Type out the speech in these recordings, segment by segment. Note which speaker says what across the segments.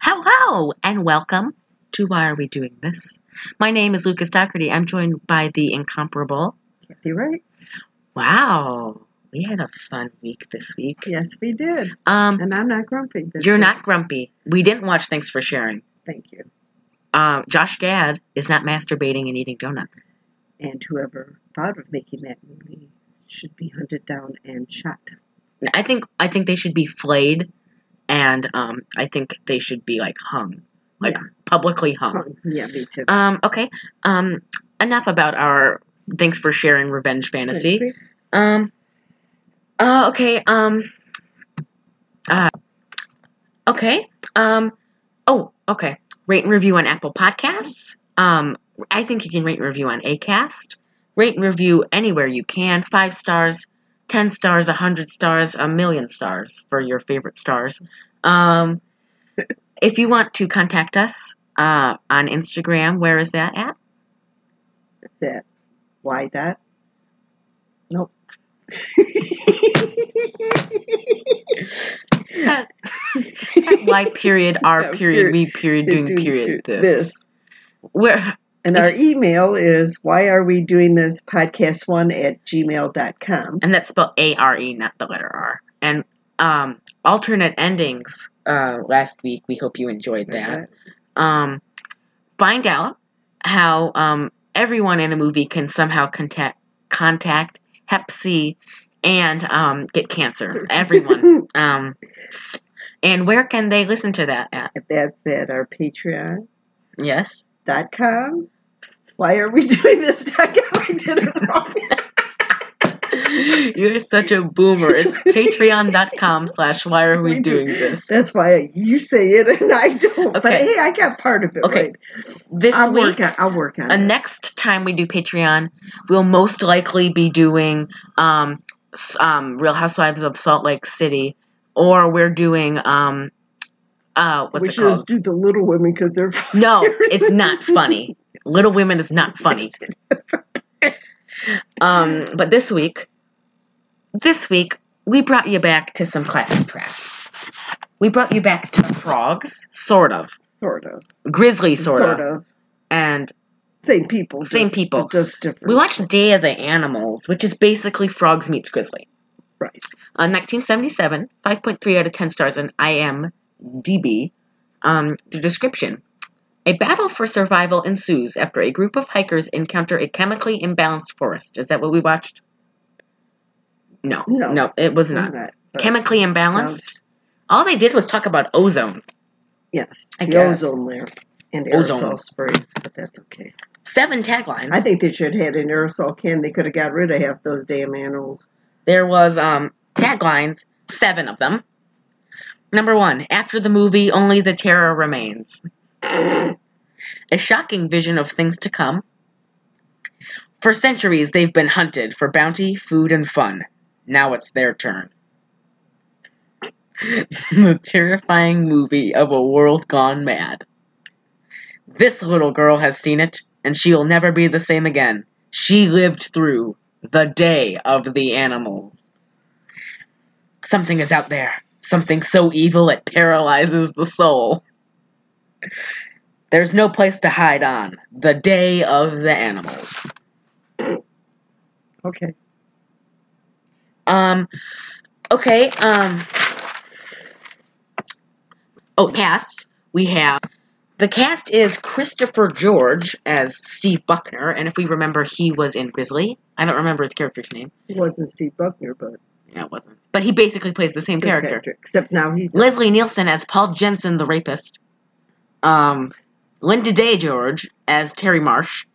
Speaker 1: Hello and welcome to Why Are We Doing This? My name is Lucas Doherty. I'm joined by the incomparable.
Speaker 2: Kathy Wright.
Speaker 1: Wow, we had a fun week this week.
Speaker 2: Yes, we did.
Speaker 1: Um,
Speaker 2: And I'm not grumpy. This
Speaker 1: you're
Speaker 2: week.
Speaker 1: not grumpy. We didn't watch Thanks for Sharing.
Speaker 2: Thank you.
Speaker 1: Um, Josh Gad is not masturbating and eating donuts.
Speaker 2: And whoever thought of making that movie should be hunted down and shot.
Speaker 1: I think I think they should be flayed, and um, I think they should be like hung, like
Speaker 2: Yeah.
Speaker 1: publicly hung.
Speaker 2: Oh, yeah, me too.
Speaker 1: Um, okay. Um, enough about our thanks for sharing revenge fantasy. Um. Uh, okay. Um. Uh, okay. Um. Oh. Okay. Rate and review on Apple Podcasts. Um. I think you can rate and review on Acast. Rate and review anywhere you can. Five stars, ten stars, a hundred stars, a million stars for your favorite stars. Um. if you want to contact us uh, on Instagram, where is that at?
Speaker 2: That. Why that? Nope.
Speaker 1: Y period R
Speaker 2: Yeah,
Speaker 1: period we period doing period this. Where
Speaker 2: And our email is why are we doing this podcast one at gmail.com.
Speaker 1: and that's spelled A R E, not the letter R. And um, alternate endings uh, last week. We hope you enjoyed that. Um, find out how um, everyone in a movie can somehow contact contact Hep C and um, get cancer. Everyone. um, and where can they listen to that at?
Speaker 2: That's at our Patreon.
Speaker 1: Yes.
Speaker 2: dot com. Why are we doing this? dot com? I did it wrong.
Speaker 1: You're such a boomer. It's patreon.com slash why are we doing this?
Speaker 2: That's why you say it and I don't. But
Speaker 1: Okay.
Speaker 2: hey, I got part of it
Speaker 1: Okay,
Speaker 2: right.
Speaker 1: This
Speaker 2: I'll
Speaker 1: week,
Speaker 2: work on. I'll work on
Speaker 1: uh,
Speaker 2: it.
Speaker 1: next time we do Patreon, we'll most likely be doing um, s- um, Real Housewives of Salt Lake City, or we're doing, um, uh, what's
Speaker 2: we
Speaker 1: it
Speaker 2: should
Speaker 1: called?
Speaker 2: just do the Little Women because they're
Speaker 1: No, it's not funny. Little Women is not funny. Um, but this week, this week we brought you back to some classic crap. We brought you back to frogs, sort of,
Speaker 2: sort of,
Speaker 1: grizzly, sort, of. and
Speaker 2: same people,
Speaker 1: Same
Speaker 2: just-
Speaker 1: people.
Speaker 2: just different.
Speaker 1: we watched Day of the Animals, which is basically frogs meets grizzly.
Speaker 2: Right.
Speaker 1: Uh, 1977, 5.3 out of 10 stars on IMDb. Um, the description. A battle for survival ensues after a group of hikers encounter a chemically imbalanced forest. Is that what we watched? No.
Speaker 2: No.
Speaker 1: No, it was not.
Speaker 2: Not, but-
Speaker 1: Chemically imbalanced? All they did was talk about ozone.
Speaker 2: Yes,
Speaker 1: I
Speaker 2: the
Speaker 1: guess.
Speaker 2: ozone layer and
Speaker 1: Ozone.
Speaker 2: aerosol sprays, but that's okay.
Speaker 1: Seven taglines.
Speaker 2: I think they should have had an aerosol can. They could have got rid of half those damn animals.
Speaker 1: There was um taglines, seven of them. Number one, after the movie, only the terror remains. A shocking vision of things to come. For centuries, they've been hunted for bounty, food, and fun. Now it's their turn. the terrifying movie of a world gone mad. This little girl has seen it, and she'll never be the same again. She lived through the day of the animals. Something is out there. Something so evil it paralyzes the soul. There's no place to hide on. The day of the animals.
Speaker 2: Okay.
Speaker 1: Um, okay, um. Oh, cast. We have. The cast is Christopher George as Steve Buckner, and if we remember, he was in Grizzly. I don't remember his character's name.
Speaker 2: It wasn't Steve Buckner, but
Speaker 1: Yeah, it wasn't. But he basically plays the same
Speaker 2: good
Speaker 1: character.
Speaker 2: Except now he's
Speaker 1: Leslie Nielsen as Paul Jensen, the rapist. Um, Linda Day George as Terry Marsh.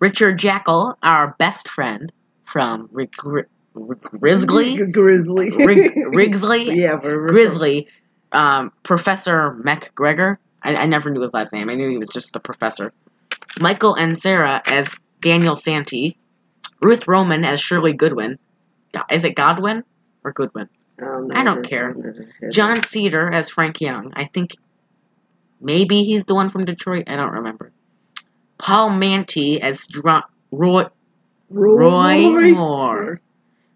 Speaker 1: Richard Jackal, our best friend from Rig- Rig- Grizzly,
Speaker 2: Grizzly.
Speaker 1: Rig- Rigsley,
Speaker 2: yeah, but
Speaker 1: Grizzly, um, Professor MacGregor. I, I never knew his last name. I knew he was just the professor. Michael and Sarah as Daniel Santee. Ruth Roman as Shirley Goodwin. Go- Is it Godwin or Goodwin?
Speaker 2: Um,
Speaker 1: I don't
Speaker 2: that's
Speaker 1: care.
Speaker 2: not it.
Speaker 1: John Cedar as Frank Young. I think maybe he's the one from Detroit. I don't remember. Paul Manty as Dr- Roy, Roy Moore.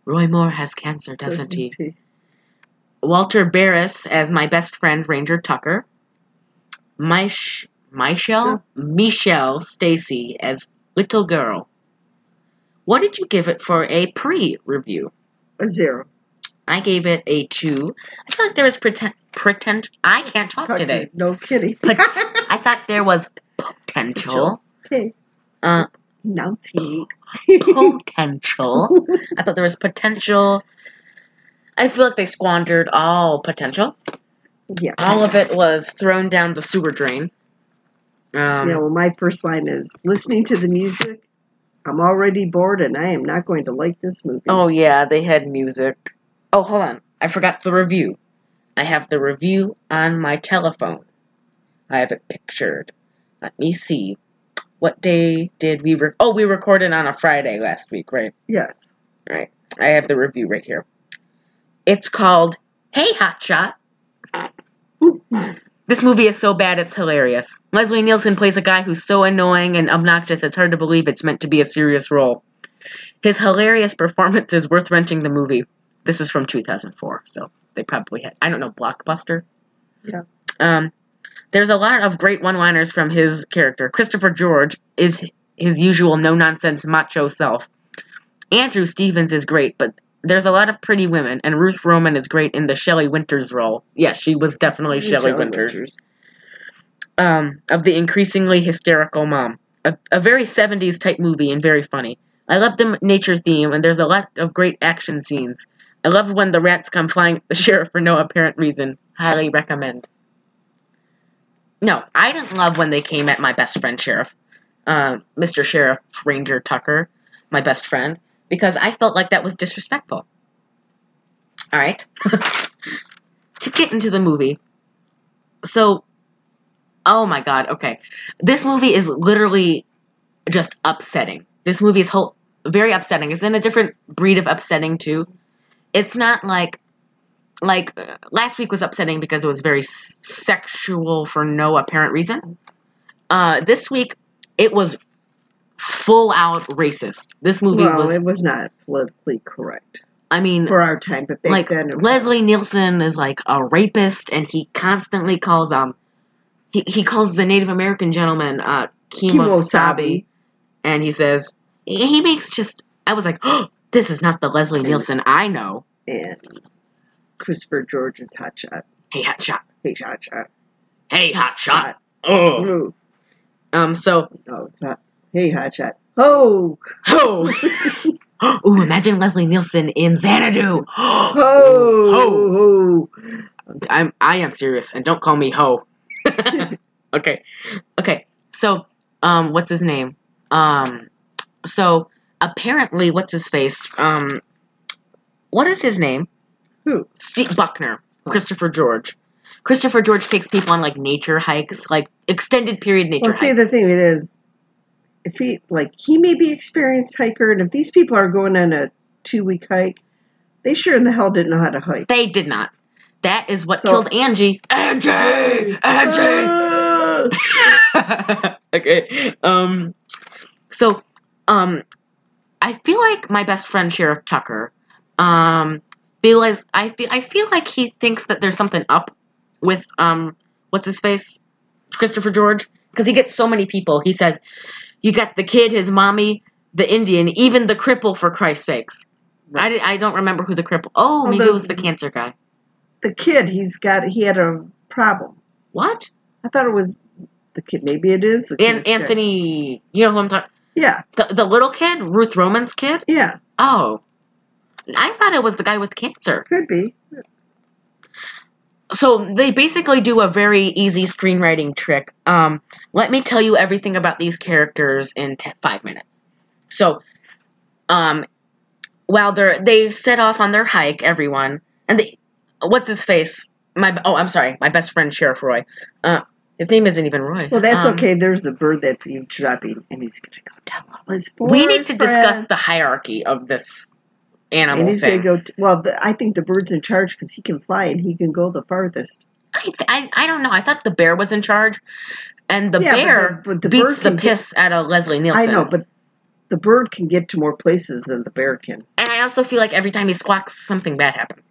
Speaker 1: Roy Moore has cancer, doesn't he? Walter Barris as my best friend Ranger Tucker. My sh- Michelle Michelle Stacy as little girl. What did you give it for a pre-review?
Speaker 2: A Uh, zero.
Speaker 1: I gave it a two. I feel like there was pretend pretend. I can't talk
Speaker 2: Talk to
Speaker 1: today.
Speaker 2: you. No kidding.
Speaker 1: Pot- I thought there was potential.
Speaker 2: okay.
Speaker 1: Uh,
Speaker 2: Numpty.
Speaker 1: potential. I thought there was potential. I feel like they squandered all potential.
Speaker 2: yeah.
Speaker 1: All of it was thrown down the sewer drain. Um,
Speaker 2: yeah, well, my first line is listening to the music. I'm already bored and I am not going to like this movie.
Speaker 1: Oh yeah, they had music. Oh, hold on. I forgot the review. I have the review on my telephone. I have it pictured. Let me see. What day did we re- Oh, we recorded on a Friday last week, right?
Speaker 2: Yes.
Speaker 1: I have the review right here. It's called Hey Hotshot. This movie is so bad it's hilarious. Leslie Nielsen plays a guy who's so annoying and obnoxious it's hard to believe it's meant to be a serious role. His hilarious performance is worth renting the movie. This is from 2004, so they probably had I don't know Blockbuster.
Speaker 2: Yeah.
Speaker 1: Um there's a lot of great one-liners from his character. Christopher George is his usual no-nonsense macho self. Andrew Stevens is great, but there's a lot of pretty women, and Ruth Roman is great in the Shelley Winters role. Yeah, she was definitely Shelley, Winters. Um, of the increasingly hysterical mom. A, a very 70s type movie and very funny. I love the m- nature theme, and there's a lot of great action scenes. I love when the rats come flying at the sheriff for no apparent reason. Highly recommend. No, I didn't love when they came at my best friend, Sheriff. Uh, Mr. Sheriff Ranger Tucker, my best friend, because I felt like that was disrespectful. All right. to get into the movie. So, oh my God, okay. This movie is literally just upsetting. This movie is whole, very upsetting. It's in a different breed of upsetting, too. It's not like. Like uh, last week was upsetting because it was very s- sexual for no apparent reason. Uh, this week, it was full out racist. This movie
Speaker 2: well,
Speaker 1: was.
Speaker 2: it was not politically correct
Speaker 1: I mean,
Speaker 2: for our time, but back
Speaker 1: like
Speaker 2: then. it was-
Speaker 1: Leslie Nielsen is like a rapist, and he constantly calls um he, he calls the Native American gentleman uh
Speaker 2: Kimo
Speaker 1: Kimosabi,
Speaker 2: Sabe.
Speaker 1: and he says he he makes just I was like this is not the Leslie Nielsen I know.
Speaker 2: and Christopher George's Hot Shot.
Speaker 1: Hey hot shot,
Speaker 2: Big Hot Shot.
Speaker 1: hey hot shot. Oh,
Speaker 2: Ooh.
Speaker 1: um so
Speaker 2: No, Oh, it's not. Hey, Hot Shot. Oh,
Speaker 1: ho. Ooh, imagine Leslie Nielsen in Xanadu.
Speaker 2: ho, ho.
Speaker 1: I'm I am serious, and don't call me ho. okay, okay. So, um, what's his name? Um, so apparently, what's his face? Um, what is his name?
Speaker 2: Who?
Speaker 1: Steve Buckner, Christopher George. Christopher George takes people on like nature hikes, like extended period nature.
Speaker 2: Well, see,
Speaker 1: hikes.
Speaker 2: the thing it is, if he like he may be experienced hiker, and if these people are going on a two week hike, they sure in the hell didn't know how to hike.
Speaker 1: they did not. That is what
Speaker 2: So-
Speaker 1: killed Angie. Angie, Angie.
Speaker 2: Ah!
Speaker 1: okay. Um. So, um, I feel like my best friend Sheriff Tucker, um, feels I feel I feel like he thinks that there's something up with um, what's his face, Christopher George, because he gets so many people. He says, "You got the kid, his mommy, the Indian, even the cripple, for Christ's sakes." I, did, I don't remember who the cripple. Oh, maybe it
Speaker 2: Although-
Speaker 1: was the cancer guy.
Speaker 2: the kid, he's got he had a problem.
Speaker 1: What?
Speaker 2: I thought it was the kid. Maybe it is. The
Speaker 1: And
Speaker 2: kid's guy.
Speaker 1: Anthony, you know who I'm talking.
Speaker 2: Yeah,
Speaker 1: The, the little kid, Ruth Roman's kid.
Speaker 2: yeah,
Speaker 1: Oh, I thought it was the guy with cancer.
Speaker 2: could be.
Speaker 1: So they basically do a very easy screenwriting trick. Um, let me tell you everything about these characters in te- five minutes. So, um, while they're they set off on their hike, everyone and they, what's his face? My oh, I'm sorry, my best friend Sheriff Roy. Uh, his name isn't even Roy.
Speaker 2: Well, that's
Speaker 1: Um,
Speaker 2: okay. There's the bird that's eavesdropping, and he's gonna go down all his forest
Speaker 1: We need to discuss
Speaker 2: friends.
Speaker 1: the hierarchy of this
Speaker 2: And
Speaker 1: animal
Speaker 2: he's gonna
Speaker 1: thing.
Speaker 2: go. T- well, the, I think the bird's in charge because he can fly and he can go the farthest.
Speaker 1: I, th- I I don't know. I thought the bear was in charge, and the
Speaker 2: Yeah, but
Speaker 1: bear
Speaker 2: the- but the
Speaker 1: beats
Speaker 2: bird
Speaker 1: the
Speaker 2: can get-
Speaker 1: piss out of Leslie Nielsen.
Speaker 2: I know, but the bird can get to more places than the bear can.
Speaker 1: and I also feel like every time he squawks, something bad happens.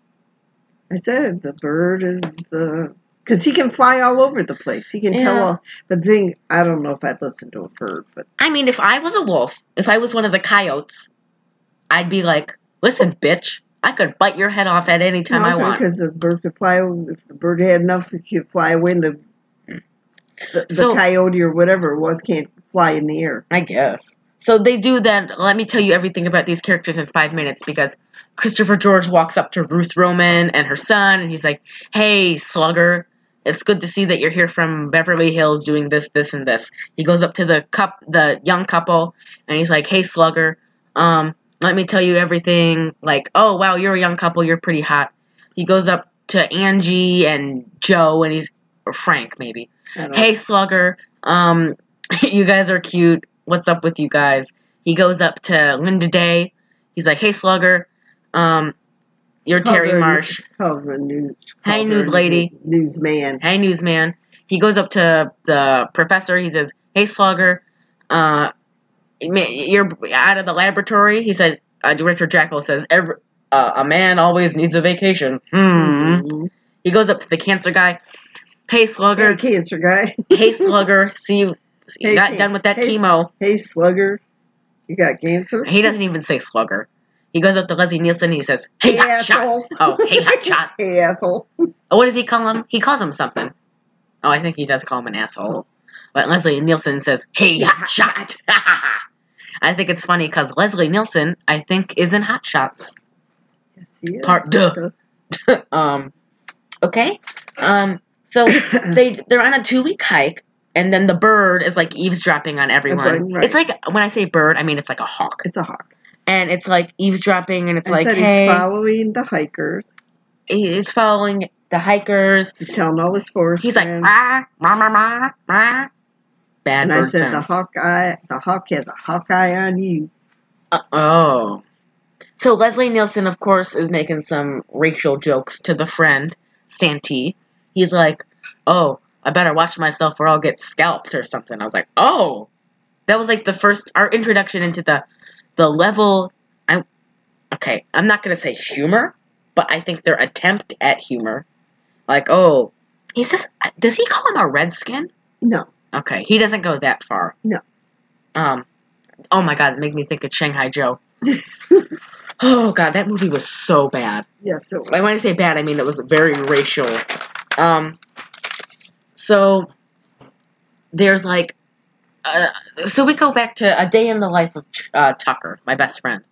Speaker 2: I said the bird is the Because he can fly all over the place. He can tell
Speaker 1: Yeah.
Speaker 2: all. But the thing, I don't know if I'd listen to a bird, but
Speaker 1: I mean, if I was a wolf, if I was one of the coyotes, I'd be like, listen, bitch, I could bite your head off at any time I want.
Speaker 2: because the bird could fly. If the bird had enough, it could fly away, and the the, the
Speaker 1: So-
Speaker 2: coyote or whatever it was can't fly in the air.
Speaker 1: I guess. So they do that. Let me tell you everything about these characters in five minutes because Christopher George walks up to Ruth Roman and her son, and he's like, Hey, slugger, it's good to see that you're here from Beverly Hills doing this, this, and this. He goes up to the cup, the young couple, and he's like, Hey, slugger, um, let me tell you everything. Like, oh, wow, you're a young couple, you're pretty hot. He goes up to Angie and Joe, and he's, or Frank, maybe
Speaker 2: I don't
Speaker 1: hey slugger um you guys are cute what's up with you guys he goes up to linda day he's like hey slugger um you're
Speaker 2: Called
Speaker 1: terry
Speaker 2: her-
Speaker 1: marsh
Speaker 2: called her news.
Speaker 1: Hey,
Speaker 2: called her
Speaker 1: news lady.
Speaker 2: Newsman.
Speaker 1: hey newsman he goes up to the professor he says hey slugger uh ma- you're out of the laboratory he said uh, director jackal says every uh, a man always needs a vacation hmm
Speaker 2: Mhm.
Speaker 1: he goes up to the cancer guy hey
Speaker 2: Hey,
Speaker 1: slugger
Speaker 2: cancer guy.
Speaker 1: hey slugger see you you
Speaker 2: Hey,
Speaker 1: got
Speaker 2: King.
Speaker 1: done with that
Speaker 2: Hey,
Speaker 1: chemo
Speaker 2: Hey, slugger. You got cancer?
Speaker 1: He doesn't even say slugger. He goes up to Leslie Nielsen and he says, Hey,
Speaker 2: Hey,
Speaker 1: hot shot.
Speaker 2: asshole.
Speaker 1: Oh, hey, hot shot.
Speaker 2: Hey, asshole.
Speaker 1: Oh, What does he call him? He calls him something. Oh, I think he does call him an
Speaker 2: Oh.
Speaker 1: asshole. But Leslie Nielsen says, Hey, hot shot. I think it's funny because Leslie Nielsen, I think, is in Hot Shots.
Speaker 2: Yes, he is.
Speaker 1: Part duh. um, okay. Um, so they they're on a two week hike, and then the bird is like eavesdropping on everyone.
Speaker 2: right.
Speaker 1: It's like when I say bird, I mean it's like a hawk,
Speaker 2: it's a hawk.
Speaker 1: and it's like eavesdropping, and it's
Speaker 2: I
Speaker 1: like
Speaker 2: said
Speaker 1: hey,
Speaker 2: he's following the hikers.
Speaker 1: he is following the hikers.
Speaker 2: He's telling all his forest
Speaker 1: He's like,
Speaker 2: friends.
Speaker 1: rah, rah, rah, rah, rah. Bad
Speaker 2: and I
Speaker 1: bird
Speaker 2: said the
Speaker 1: sound.
Speaker 2: hawk eye, the hawk has a hawk eye on you.
Speaker 1: Uh, oh. So Leslie Nielsen, of course, is making some racial jokes to the friend, Santee. He's like, oh, I better watch myself or I'll get scalped or something. I was like, oh. That was like the first, our introduction into the, the level, I, okay, I'm not going to say humor, but I think their attempt at humor. Like, oh, he says, does he call him a redskin?
Speaker 2: No,
Speaker 1: Okay, he doesn't go that far.
Speaker 2: No.
Speaker 1: Um. Oh my god, it made me think of Shanghai Joe. oh god, that movie was so bad.
Speaker 2: yes, it was.
Speaker 1: When I say bad, I mean it was very racial. Um. So there's like, uh, so we go back to a day in the life of uh, Tucker, my best friend.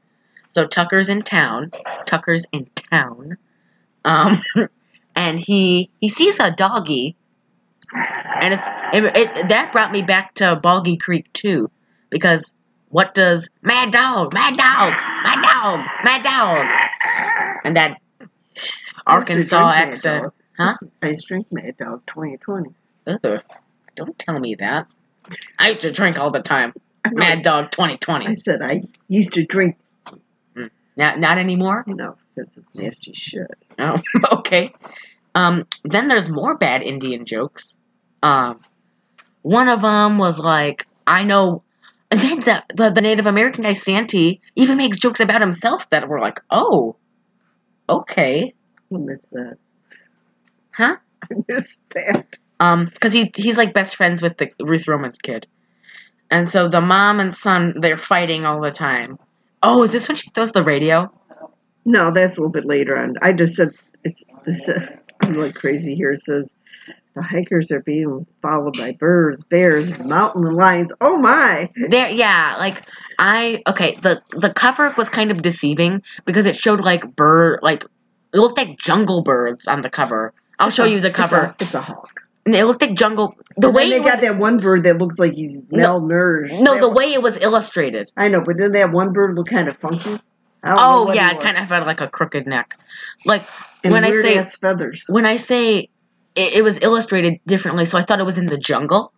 Speaker 1: So Tucker's in town. Tucker's in town. Um, and he he sees a doggy and it's it, it, that brought me back to Boggy Creek too, because what does Mad Dog, Mad Dog, Mad Dog, Mad Dog, and that Arkansas
Speaker 2: Yes, they drink Mad
Speaker 1: accent?
Speaker 2: Dog.
Speaker 1: huh?
Speaker 2: Yes, I drink Mad Dog 2020.
Speaker 1: Ugh, don't tell me that. I used to drink all the time.
Speaker 2: I know,
Speaker 1: Mad Dog
Speaker 2: I
Speaker 1: 2020.
Speaker 2: said I used to drink,
Speaker 1: Not not anymore.
Speaker 2: you know, because it's nasty shit.
Speaker 1: Oh, okay. Um, then there's more bad Indian jokes. Um, one of them was like, I know. And then the, the, the Native American guy, Santee, even makes jokes about himself that were like, oh, okay.
Speaker 2: I miss that.
Speaker 1: Huh?
Speaker 2: I miss that.
Speaker 1: Um, because he, he's like best friends with the Ruth Roman's kid. And so the mom and son, they're fighting all the time. Oh, is this when she throws the radio?
Speaker 2: No, that's a little bit later on. I just said it's. it's uh, I'm like crazy here. It says the hikers are being followed by birds, bears, mountain lions. Oh my!
Speaker 1: There, yeah, like I okay. The the cover was kind of deceiving because it showed like bird, like it looked like jungle birds on the cover. I'll show you the
Speaker 2: It's a-
Speaker 1: cover.
Speaker 2: It's a hawk.
Speaker 1: And it looked like jungle. The
Speaker 2: The
Speaker 1: way
Speaker 2: way they
Speaker 1: it was-
Speaker 2: got that one bird that looks like he's
Speaker 1: No-
Speaker 2: malnourished.
Speaker 1: no,
Speaker 2: That
Speaker 1: the
Speaker 2: one-
Speaker 1: way it was illustrated.
Speaker 2: I know, but then that one bird looked kind of funky. I don't know
Speaker 1: Oh
Speaker 2: what
Speaker 1: yeah,
Speaker 2: he
Speaker 1: it
Speaker 2: was.
Speaker 1: kind of had like a crooked neck. Like
Speaker 2: And
Speaker 1: when I
Speaker 2: weird
Speaker 1: say-
Speaker 2: ass feathers.
Speaker 1: when I say it, it was illustrated differently, so I thought it was in the jungle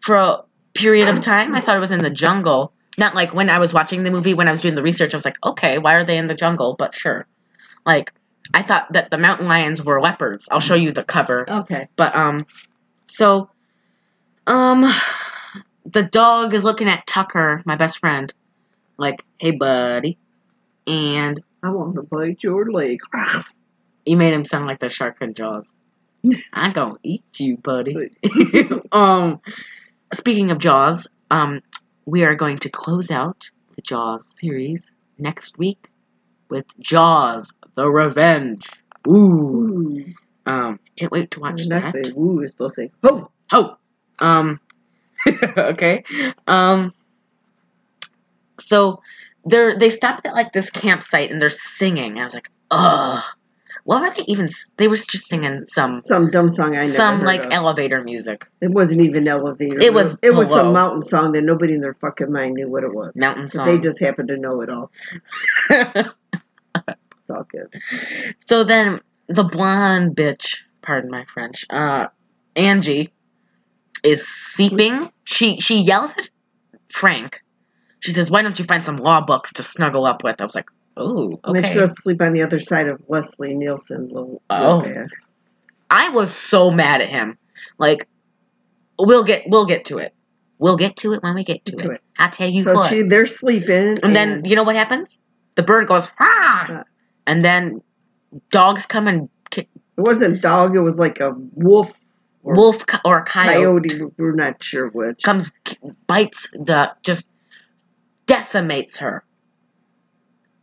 Speaker 1: for a period of time. I thought it was in the jungle. Not like when I was watching the movie, when I was doing the research, I was like, okay, why are they in the jungle? But sure. Like, I thought that the mountain lions were leopards. I'll show you the cover.
Speaker 2: Okay.
Speaker 1: But, um, so, um, the dog is looking at Tucker, my best friend, like, hey, buddy. And
Speaker 2: I want to bite your leg.
Speaker 1: you made him sound like the shark in Jaws. I gonna eat you, buddy. um, speaking of Jaws, um, we are going to close out the Jaws series next week with Jaws: The Revenge. Ooh,
Speaker 2: Ooh.
Speaker 1: um, can't wait to watch
Speaker 2: And
Speaker 1: that.
Speaker 2: that's what woo is supposed to say. Oh,
Speaker 1: Oh, um, okay, um, so they're they stopped at like this campsite and they're singing. And I was like, ugh, what were they even? s- They were just singing some
Speaker 2: some dumb song I never
Speaker 1: some
Speaker 2: heard
Speaker 1: like
Speaker 2: of.
Speaker 1: elevator music,
Speaker 2: it wasn't even elevator.
Speaker 1: It was
Speaker 2: it was
Speaker 1: below.
Speaker 2: some mountain song that nobody in their fucking mind knew what it was.
Speaker 1: mountain
Speaker 2: But They
Speaker 1: song.
Speaker 2: just happened to know it all. It's all good.
Speaker 1: so then the blonde bitch, pardon my French, uh, Angie is seeping. She she yells at Frank. She says, "Why don't you find some law books to snuggle up with?" I was like, "Oh,
Speaker 2: And then she
Speaker 1: okay."
Speaker 2: goes to sleep on the other side of Leslie Nielsen, little
Speaker 1: Oh.
Speaker 2: little ass.
Speaker 1: I was so mad at him. Like, we'll get we'll get to it. We'll get to it when we get to,
Speaker 2: To
Speaker 1: it.
Speaker 2: it.
Speaker 1: I'll tell you
Speaker 2: So
Speaker 1: what.
Speaker 2: she they're sleeping
Speaker 1: and then you know what happens? The bird goes, "Ah!"
Speaker 2: Ah.
Speaker 1: and then dogs come and ki-
Speaker 2: it wasn't dog, it was like a wolf or
Speaker 1: wolf co- or a coyote
Speaker 2: coyote. We're not sure which.
Speaker 1: comes k- bites the just decimates her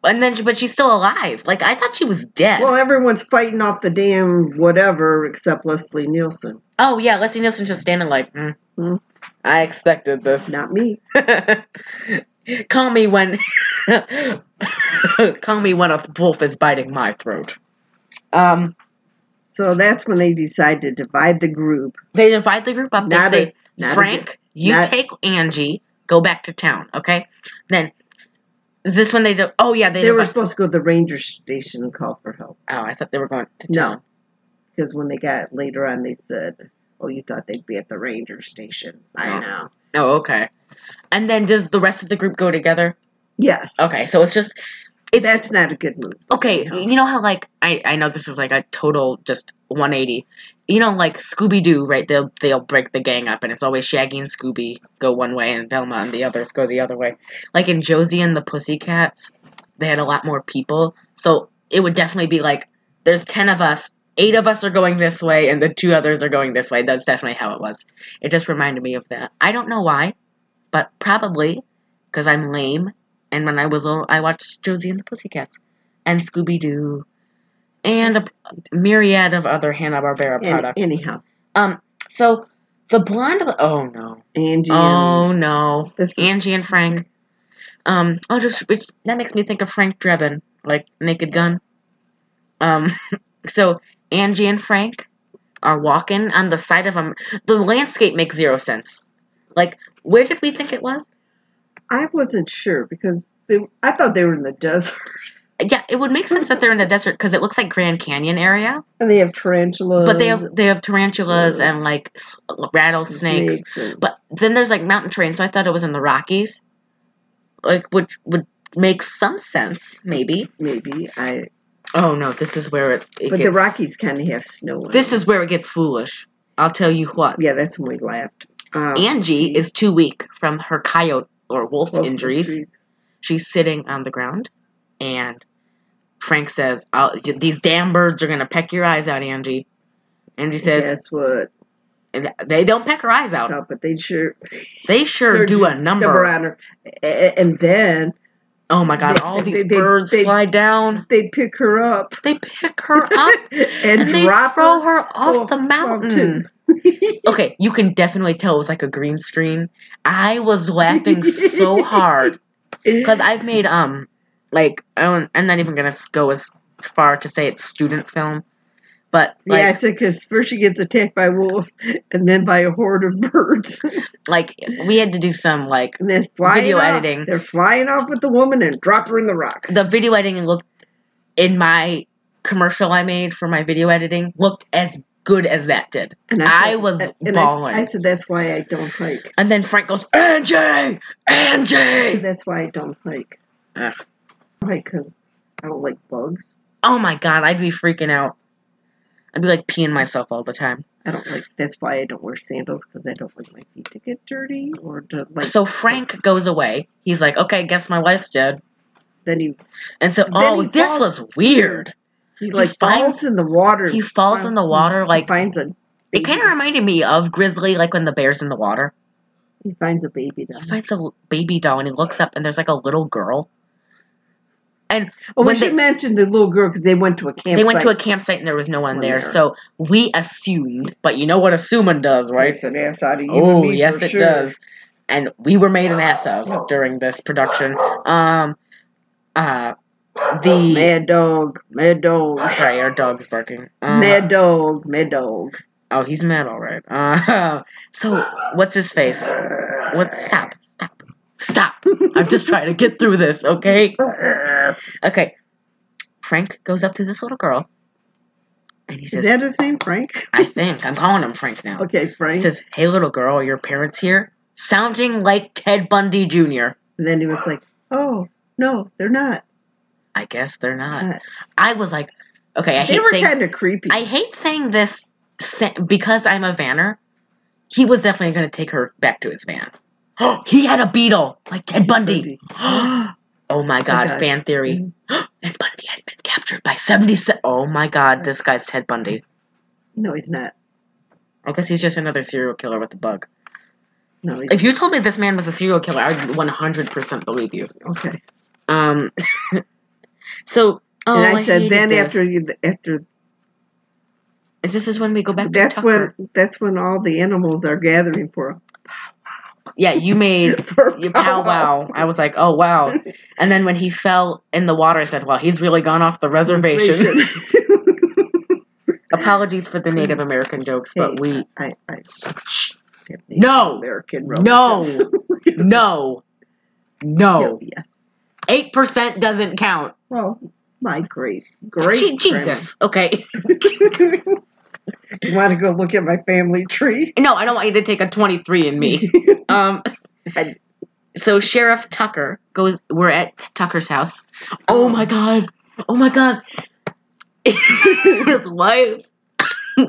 Speaker 1: and then she, but she's still alive like i thought she was dead
Speaker 2: Well, everyone's fighting off the damn whatever except Leslie Nielsen.
Speaker 1: oh yeah leslie nielsen just standing like mm,
Speaker 2: Hmm.
Speaker 1: i expected this
Speaker 2: Not me.
Speaker 1: call me when call me when a wolf is biting my throat um
Speaker 2: So that's when they decide to divide the group.
Speaker 1: they divide the group up they
Speaker 2: Not
Speaker 1: say
Speaker 2: a- not a
Speaker 1: Frank, you
Speaker 2: Not-
Speaker 1: take Angie, go back to town, okay? Then this one they do. Oh yeah, they,
Speaker 2: They were
Speaker 1: divi-
Speaker 2: supposed to go to the ranger station and call for help.
Speaker 1: oh, I thought they were going to
Speaker 2: No.
Speaker 1: town.
Speaker 2: Because when they got later on, they said, Oh, you thought they'd be at the ranger station.
Speaker 1: No.
Speaker 2: I know.
Speaker 1: Oh, okay. And then does the rest of the group go together?
Speaker 2: Yes.
Speaker 1: Okay, so it's just it's
Speaker 2: That's not a good move.
Speaker 1: okay.
Speaker 2: No.
Speaker 1: You know how like I I know this is like a total just 180. You know like Scooby Doo, right? They'll they'll break the gang up, and it's always Shaggy and Scooby go one way, and Velma and the others go the other way. Like in Josie and the Pussycats, they had a lot more people, so it would definitely be like there's ten of us. Eight of us are going this way, and the two others are going this way. That's definitely how it was. It just reminded me of that. I don't know why, but probably because I'm lame. And when I was little, I watched Josie and the Pussycats and Scooby Doo and a myriad of other Hanna Barbera
Speaker 2: An-
Speaker 1: products.
Speaker 2: anyhow,
Speaker 1: Um, so the blonde. Oh no!
Speaker 2: Angie and
Speaker 1: Oh no!
Speaker 2: this is
Speaker 1: Angie and Frank. Um, oh, just which, that makes me think of Frank Drebin, like Naked Gun. Um, so Angie and Frank are walking on the side of a. The landscape makes zero sense. Like, where did we think it was?
Speaker 2: I wasn't sure because they, I thought they were in the desert
Speaker 1: Yeah, it would make sense that they're in the desert because it looks like Grand Canyon area,
Speaker 2: and they have tarantulas.
Speaker 1: but they have they have tarantulas
Speaker 2: uh,
Speaker 1: and like s- rattlesnakes.
Speaker 2: and-
Speaker 1: But then there's like mountain terrain, so I thought it was in the Rockies, like which would make some sense maybe.
Speaker 2: maybe I.
Speaker 1: Oh no, this is where it. it
Speaker 2: But the
Speaker 1: gets-
Speaker 2: Rockies kind of have snow. on
Speaker 1: This
Speaker 2: them.
Speaker 1: is where it gets foolish. I'll tell you what.
Speaker 2: Yeah, that's when we laughed. Um,
Speaker 1: Angie is too weak from her coyote or wolf
Speaker 2: both
Speaker 1: injuries.
Speaker 2: injuries.
Speaker 1: She's sitting on the ground, and Frank says, I'll, "These damn birds are gonna peck your eyes out, Angie." Angie says,
Speaker 2: Guess what?
Speaker 1: And th- They don't peck her eyes out.
Speaker 2: No, but they sure
Speaker 1: They sure,
Speaker 2: sure
Speaker 1: do a
Speaker 2: number
Speaker 1: number.
Speaker 2: on her. A- a- And then
Speaker 1: Oh my god,
Speaker 2: They-
Speaker 1: all
Speaker 2: they-
Speaker 1: these
Speaker 2: they-
Speaker 1: birds
Speaker 2: they-
Speaker 1: fly down.
Speaker 2: they pick her up
Speaker 1: They pick her up
Speaker 2: and,
Speaker 1: and they
Speaker 2: drop
Speaker 1: throw
Speaker 2: her.
Speaker 1: her off
Speaker 2: off
Speaker 1: the mountain. okay, you can definitely tell it was like a green screen. I was laughing so hard because I've made um like I don't, I'm not even gonna s- go as far to say it's student film, but like
Speaker 2: yeah, it's because first she gets attacked by wolves and then by a horde of birds.
Speaker 1: like we had to do some like
Speaker 2: and they're flying
Speaker 1: Video
Speaker 2: off.
Speaker 1: editing.
Speaker 2: They're flying off with the woman and drop her in the rocks.
Speaker 1: the video editing looked in my commercial I made for my video editing looked as good as that did.
Speaker 2: and
Speaker 1: I was
Speaker 2: and I-
Speaker 1: bawling.
Speaker 2: I, said that's why I don't hike.
Speaker 1: And then Frank goes, Angie,
Speaker 2: I said,
Speaker 1: Angie.
Speaker 2: That's why I don't hike.
Speaker 1: Ugh.
Speaker 2: Why? Because I don't like bugs.
Speaker 1: Oh my god, I'd be freaking out. I'd be like peeing myself all the time.
Speaker 2: I don't like. That's why I don't wear sandals because I don't like my feet to get dirty or to like.
Speaker 1: So Frank goes away. He's like, okay, guess my wife's dead.
Speaker 2: Then you
Speaker 1: And so,
Speaker 2: Then
Speaker 1: oh,
Speaker 2: he
Speaker 1: this
Speaker 2: falls-
Speaker 1: was weird.
Speaker 2: He, like
Speaker 1: finds-
Speaker 2: falls in the water.
Speaker 1: He falls in the water
Speaker 2: he
Speaker 1: like
Speaker 2: finds a.
Speaker 1: it kind of reminded me of Grizzly, like when the bear's in the water.
Speaker 2: He finds a baby.
Speaker 1: He
Speaker 2: down there.
Speaker 1: finds a l- baby doll and he looks up and there's like a little girl.
Speaker 2: Oh, we
Speaker 1: when
Speaker 2: should
Speaker 1: they-
Speaker 2: mention the little girl because they went to a campsite.
Speaker 1: They went to a campsite and there was no one
Speaker 2: One
Speaker 1: there,
Speaker 2: there.
Speaker 1: so we assumed. But you know what assuming does, right?
Speaker 2: It's an ass out of you. and
Speaker 1: Oh,
Speaker 2: me for
Speaker 1: yes, it
Speaker 2: sure.
Speaker 1: does. And we were made an ass of during this production. Um, uh,
Speaker 2: Oh,
Speaker 1: the
Speaker 2: Mad dog, mad dog,
Speaker 1: sorry, our dog's barking. Um,
Speaker 2: mad dog, mad dog.
Speaker 1: Oh, he's mad, all right. Uh, so what's his face? What? Stop! Stop! Stop! I'm just trying to get through this, okay? Okay. Frank goes up to this little girl, and he
Speaker 2: Is
Speaker 1: says,
Speaker 2: that his name, Frank?
Speaker 1: "I think I'm calling him Frank now."
Speaker 2: Okay,
Speaker 1: He
Speaker 2: Frank.
Speaker 1: says, "Hey, little girl, are your parents here?" Sounding like Ted Bundy Jr.
Speaker 2: And then he was like, "Oh no, they're not."
Speaker 1: I guess they're not.
Speaker 2: Uh,
Speaker 1: I was like, okay, I
Speaker 2: they
Speaker 1: hate
Speaker 2: were
Speaker 1: saying
Speaker 2: kind of creepy.
Speaker 1: I hate saying this se- because I'm a vanner. He was definitely going to take her back to his van. he had a beetle like Ted Bundy. oh my god,
Speaker 2: God.
Speaker 1: fan theory.
Speaker 2: Mm-hmm.
Speaker 1: Ted Bundy had been captured by 77. Oh my god, this guy's Ted Bundy.
Speaker 2: No, he's not.
Speaker 1: I guess he's just another serial killer with a bug.
Speaker 2: No, he's
Speaker 1: If you told me this man was a serial killer, I'd 100% believe you.
Speaker 2: okay.
Speaker 1: Um, so, oh,
Speaker 2: and I, said,
Speaker 1: hated
Speaker 2: then
Speaker 1: this.
Speaker 2: after you, after
Speaker 1: this is when we go back.
Speaker 2: that's
Speaker 1: to
Speaker 2: when
Speaker 1: Tucker.
Speaker 2: that's when all the animals are gathering for
Speaker 1: Yeah, you made
Speaker 2: for
Speaker 1: you pow wow. I was like, oh wow. And then when he fell in the water, I said, well, he's really gone off the reservation. Apologies for the Native American jokes, but we
Speaker 2: I, I,
Speaker 1: Shh.
Speaker 2: have the
Speaker 1: No.
Speaker 2: American
Speaker 1: no,
Speaker 2: relatives.
Speaker 1: no, no.
Speaker 2: Yeah, yes.
Speaker 1: Eight percent doesn't count.
Speaker 2: Well, my great great
Speaker 1: Je- Jesus. Okay.
Speaker 2: grandma. you want to go look at my family tree?
Speaker 1: No, I don't want you to take a twenty-three in me. Um.
Speaker 2: I-
Speaker 1: So Sheriff Tucker goes. We're at Tucker's house. Oh
Speaker 2: Um.
Speaker 1: my god. Oh my god. His wife.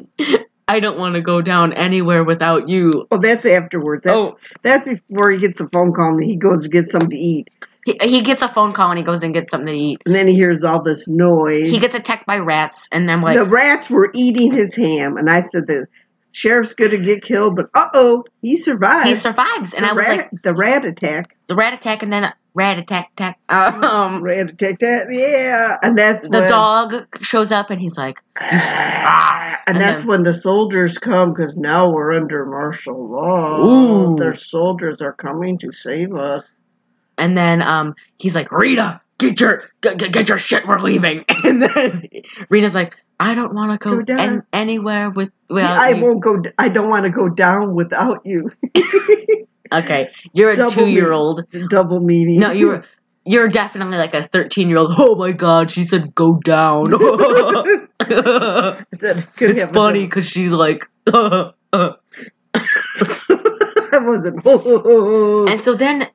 Speaker 1: I don't want to go down anywhere without you.
Speaker 2: Well, that's afterwards. That's,
Speaker 1: oh,
Speaker 2: that's before he gets a phone call and he goes to get something to eat,
Speaker 1: he, he gets a phone call and he goes and gets something to eat.
Speaker 2: and then he hears all this noise.
Speaker 1: He gets attacked by rats, and then like
Speaker 2: the rats were eating his ham, and I said the sheriff's going to get killed, but uh oh, he survived.
Speaker 1: he survives. And
Speaker 2: the
Speaker 1: I was
Speaker 2: rat,
Speaker 1: like,
Speaker 2: the rat attack,
Speaker 1: the rat attack, and then a rat attack, attack.
Speaker 2: Oh.
Speaker 1: Um,
Speaker 2: rat attack, that yeah, and that's
Speaker 1: the
Speaker 2: when,
Speaker 1: dog shows up, and he's like,
Speaker 2: Ah, and,
Speaker 1: And
Speaker 2: that's
Speaker 1: then-
Speaker 2: when the soldiers come because now we're under martial law.
Speaker 1: Ooh.
Speaker 2: Their soldiers are coming to save us.
Speaker 1: and then um, he's like, Rita, get your get, get- get your shit. We're leaving. And then Rita's like, I don't want to
Speaker 2: Go
Speaker 1: go,
Speaker 2: down.
Speaker 1: an- anywhere with without
Speaker 2: I
Speaker 1: you.
Speaker 2: won't go. d- I don't want to go down without you.
Speaker 1: Okay, you're a
Speaker 2: Double
Speaker 1: two year old.
Speaker 2: Double meaning.
Speaker 1: No, you were you're definitely like a thirteen year old. Oh my god, she said go down.
Speaker 2: I
Speaker 1: it's
Speaker 2: said I could have another-
Speaker 1: funny because she's like.
Speaker 2: I wasn't. Oh, oh, oh, oh.
Speaker 1: And so then,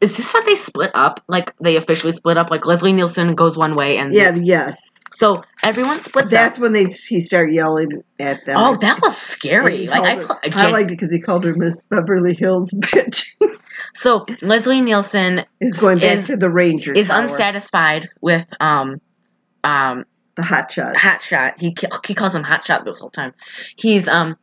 Speaker 1: is this when they split up? Like they officially split up? Like Leslie Nielsen goes one way, and
Speaker 2: yeah, yes.
Speaker 1: So everyone splits
Speaker 2: That's
Speaker 1: up.
Speaker 2: when they he started yelling at them.
Speaker 1: Oh, that was
Speaker 2: And he
Speaker 1: scary. Like I,
Speaker 2: called
Speaker 1: pl-
Speaker 2: her- I
Speaker 1: gen-
Speaker 2: liked it because he called her Miss Beverly Hills bitch.
Speaker 1: so Leslie Nielsen
Speaker 2: is going back
Speaker 1: Is-
Speaker 2: to the Ranger.
Speaker 1: is
Speaker 2: Tower,
Speaker 1: unsatisfied with um um
Speaker 2: The hot shot.
Speaker 1: Hotshot. He ca- he calls him Hotshot this whole time. He's um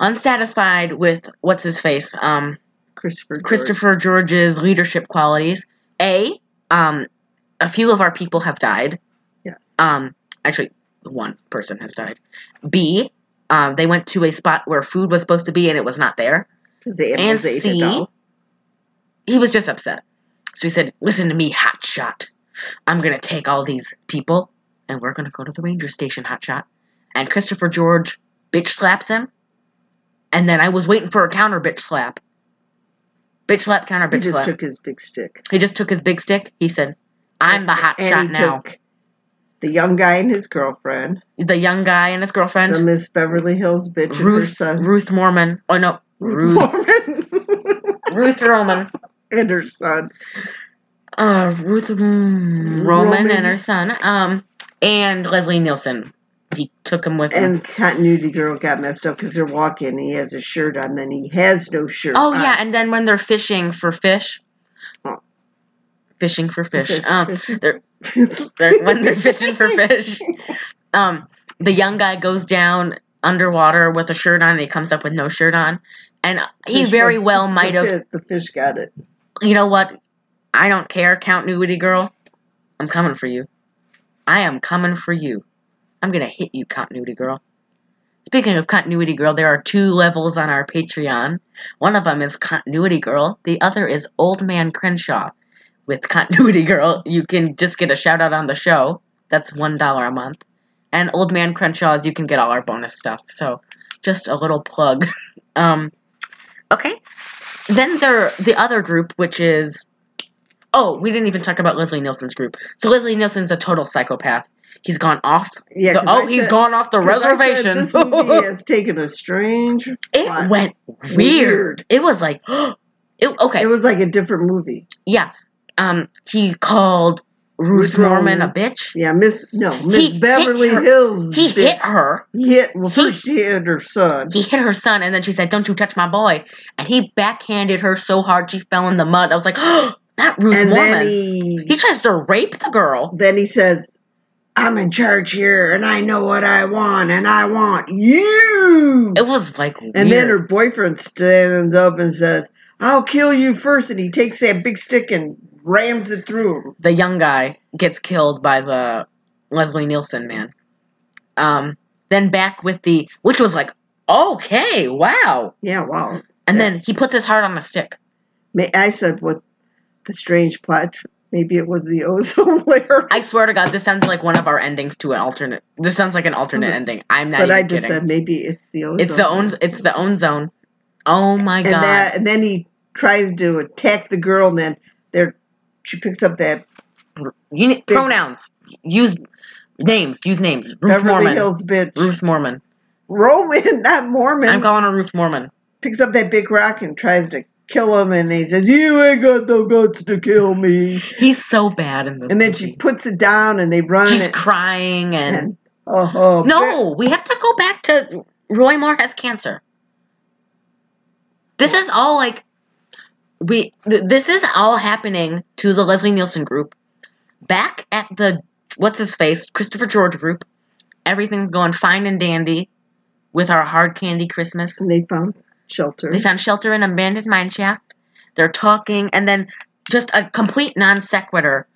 Speaker 1: unsatisfied with what's his face um
Speaker 2: Christopher. George.
Speaker 1: Christopher George's leadership qualities. A um a few of our people have died.
Speaker 2: Yes.
Speaker 1: Um, actually, one person has died. B, um, they went to a spot where food was supposed to be and it was not there.
Speaker 2: 'Cause the
Speaker 1: And
Speaker 2: animals ate it
Speaker 1: C,
Speaker 2: all.
Speaker 1: he was just upset. So he said, "Listen to me, Hot Shot. I'm gonna take all these people and we're gonna go to the ranger station, Hot Shot." And Christopher George bitch slaps him. And then I was waiting for a counter bitch slap. Bitch slap counter
Speaker 2: He
Speaker 1: bitch
Speaker 2: just
Speaker 1: slap.
Speaker 2: took his big stick.
Speaker 1: he just took his big stick. He said, "I'm the hot
Speaker 2: And
Speaker 1: shot
Speaker 2: he
Speaker 1: now."
Speaker 2: took the young guy and his girlfriend,
Speaker 1: The young guy and his girlfriend.
Speaker 2: the Miss Beverly Hills bitch, and her
Speaker 1: Ruth
Speaker 2: son,
Speaker 1: Ruth Mormon. Oh no, Ruth
Speaker 2: Warren,
Speaker 1: Ruth Roman.
Speaker 2: and her son.
Speaker 1: Uh, Ruth mm, Roman,
Speaker 2: Roman.
Speaker 1: and her son. Um, and Leslie Nielsen. He took him with him.
Speaker 2: And continuity girl got messed up because they're walking. And he has a shirt on, then he has no shirt.
Speaker 1: Oh
Speaker 2: on.
Speaker 1: yeah, and then when they're fishing for fish,
Speaker 2: Oh.
Speaker 1: fishing for fish. Um, they're they're when they're fishing for fish. Um, the young guy goes down underwater with a shirt on, and he comes up with no shirt on, and he
Speaker 2: Fish
Speaker 1: very
Speaker 2: got-
Speaker 1: well might have.
Speaker 2: The fish got it.
Speaker 1: You know what? I don't care, Count Nudity Girl. I'm coming for you. I am coming for you. I'm gonna hit you, Continuity Girl. Speaking of Continuity Girl, there are two levels on our Patreon. One of them is Continuity Girl. The other is Old Man Crenshaw. With Continuity Girl, you can just get a shout out on the show. That's one dollar a month. And Old Man Crenshaw's, you can get all our bonus stuff. So, just a little plug. um, okay. Then there the other group, which is oh, we didn't even talk about Leslie Nielsen's group. So Leslie Nielsen's a total psychopath. He's gone off
Speaker 2: Yeah.
Speaker 1: the-
Speaker 2: 'cause
Speaker 1: oh,
Speaker 2: I
Speaker 1: he's
Speaker 2: said-
Speaker 1: gone off the
Speaker 2: 'cause I said
Speaker 1: reservation.
Speaker 2: This movie has taken a strange.
Speaker 1: it
Speaker 2: plot.
Speaker 1: went weird.
Speaker 2: Weird.
Speaker 1: It was like, it, okay,
Speaker 2: It was like a different movie.
Speaker 1: yeah. Um, he called Ruth,
Speaker 2: Ruth
Speaker 1: Norman a
Speaker 2: Norman.
Speaker 1: bitch.
Speaker 2: Yeah, Miss no Miss
Speaker 1: hit
Speaker 2: Beverly
Speaker 1: her.
Speaker 2: Hills.
Speaker 1: He
Speaker 2: bitch.
Speaker 1: hit her.
Speaker 2: He hit. Well,
Speaker 1: he-
Speaker 2: first she hit her son.
Speaker 1: He hit her son, and then she said, "Don't you touch my boy!" And he backhanded her so hard she fell in the mud. I was like, "Oh, not Ruth
Speaker 2: and
Speaker 1: Norman."
Speaker 2: then
Speaker 1: He-,
Speaker 2: he,
Speaker 1: tries to rape the girl.
Speaker 2: then he says, "I'm in charge here, and I know what I want, and I want you."
Speaker 1: It was like weird.
Speaker 2: And then her boyfriend stands up and says, "I'll kill you first. and he takes that big stick and rams it through him.
Speaker 1: the young guy gets killed by the Leslie Nielsen man. Um, then back with the which was like okay, wow.
Speaker 2: Yeah, wow.
Speaker 1: And then he puts his heart on a stick.
Speaker 2: May- I said, "What the strange plot? Maybe it was the ozone layer."
Speaker 1: I swear to God, this sounds like one of our endings to an alternate. This sounds like an alternate
Speaker 2: Mhm.
Speaker 1: ending. I'm not
Speaker 2: but
Speaker 1: even
Speaker 2: I just
Speaker 1: kidding.
Speaker 2: said maybe it's the ozone.
Speaker 1: it's the own.
Speaker 2: layer.
Speaker 1: It's the own zone. Oh my
Speaker 2: and
Speaker 1: God!
Speaker 2: that, and then he tries to attack the girl, and then there, she picks up that
Speaker 1: you need, pronouns. Use names. Use names. Ruth
Speaker 2: Beverly
Speaker 1: Mm, Mormon.
Speaker 2: Hills bitch,
Speaker 1: Ruth Mormon.
Speaker 2: Roman, not Mormon,
Speaker 1: I'm calling her Ruth Mormon.
Speaker 2: picks up that big rock and tries to kill him, and he says, "You ain't got no guts to kill me."
Speaker 1: He's so bad in this.
Speaker 2: and then
Speaker 1: movie.
Speaker 2: she puts it down, and they run.
Speaker 1: she's
Speaker 2: and,
Speaker 1: crying and
Speaker 2: and oh, oh, Be-
Speaker 1: No, we have to go back to Roy Moore has cancer. This is all like we th- this is all happening to the Leslie Nielsen group. Back at the what's his face, Christopher George group. Everything's going fine and dandy with our hard candy Christmas.
Speaker 2: and they found shelter.
Speaker 1: They found shelter in an abandoned mine shaft. They're talking, and then just a complete non sequitur.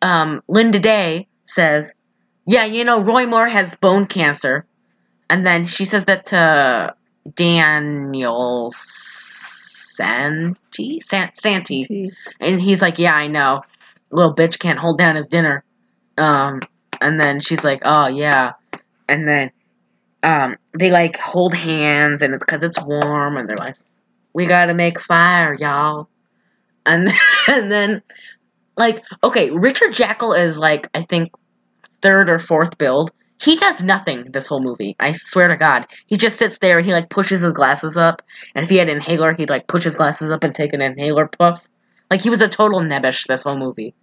Speaker 1: Um, Linda Day says, "Yeah, you know, Roy Moore has bone cancer," and then she says that to Daniel Santi, San- Santi, and he's like, "Yeah, I know, little bitch can't hold down his dinner." Um, and then she's like, "Oh yeah," and then um, they like hold hands, and it's because it's warm, and they're like we gotta make fire, y'all. And and then like okay, Richard Jackal is like I think third or fourth build. He does nothing this whole movie. I swear to God, he just sits there and he like pushes his glasses up. And if he had an inhaler, he'd like push his glasses up and take an inhaler puff. Like he was a total nebbish this whole movie.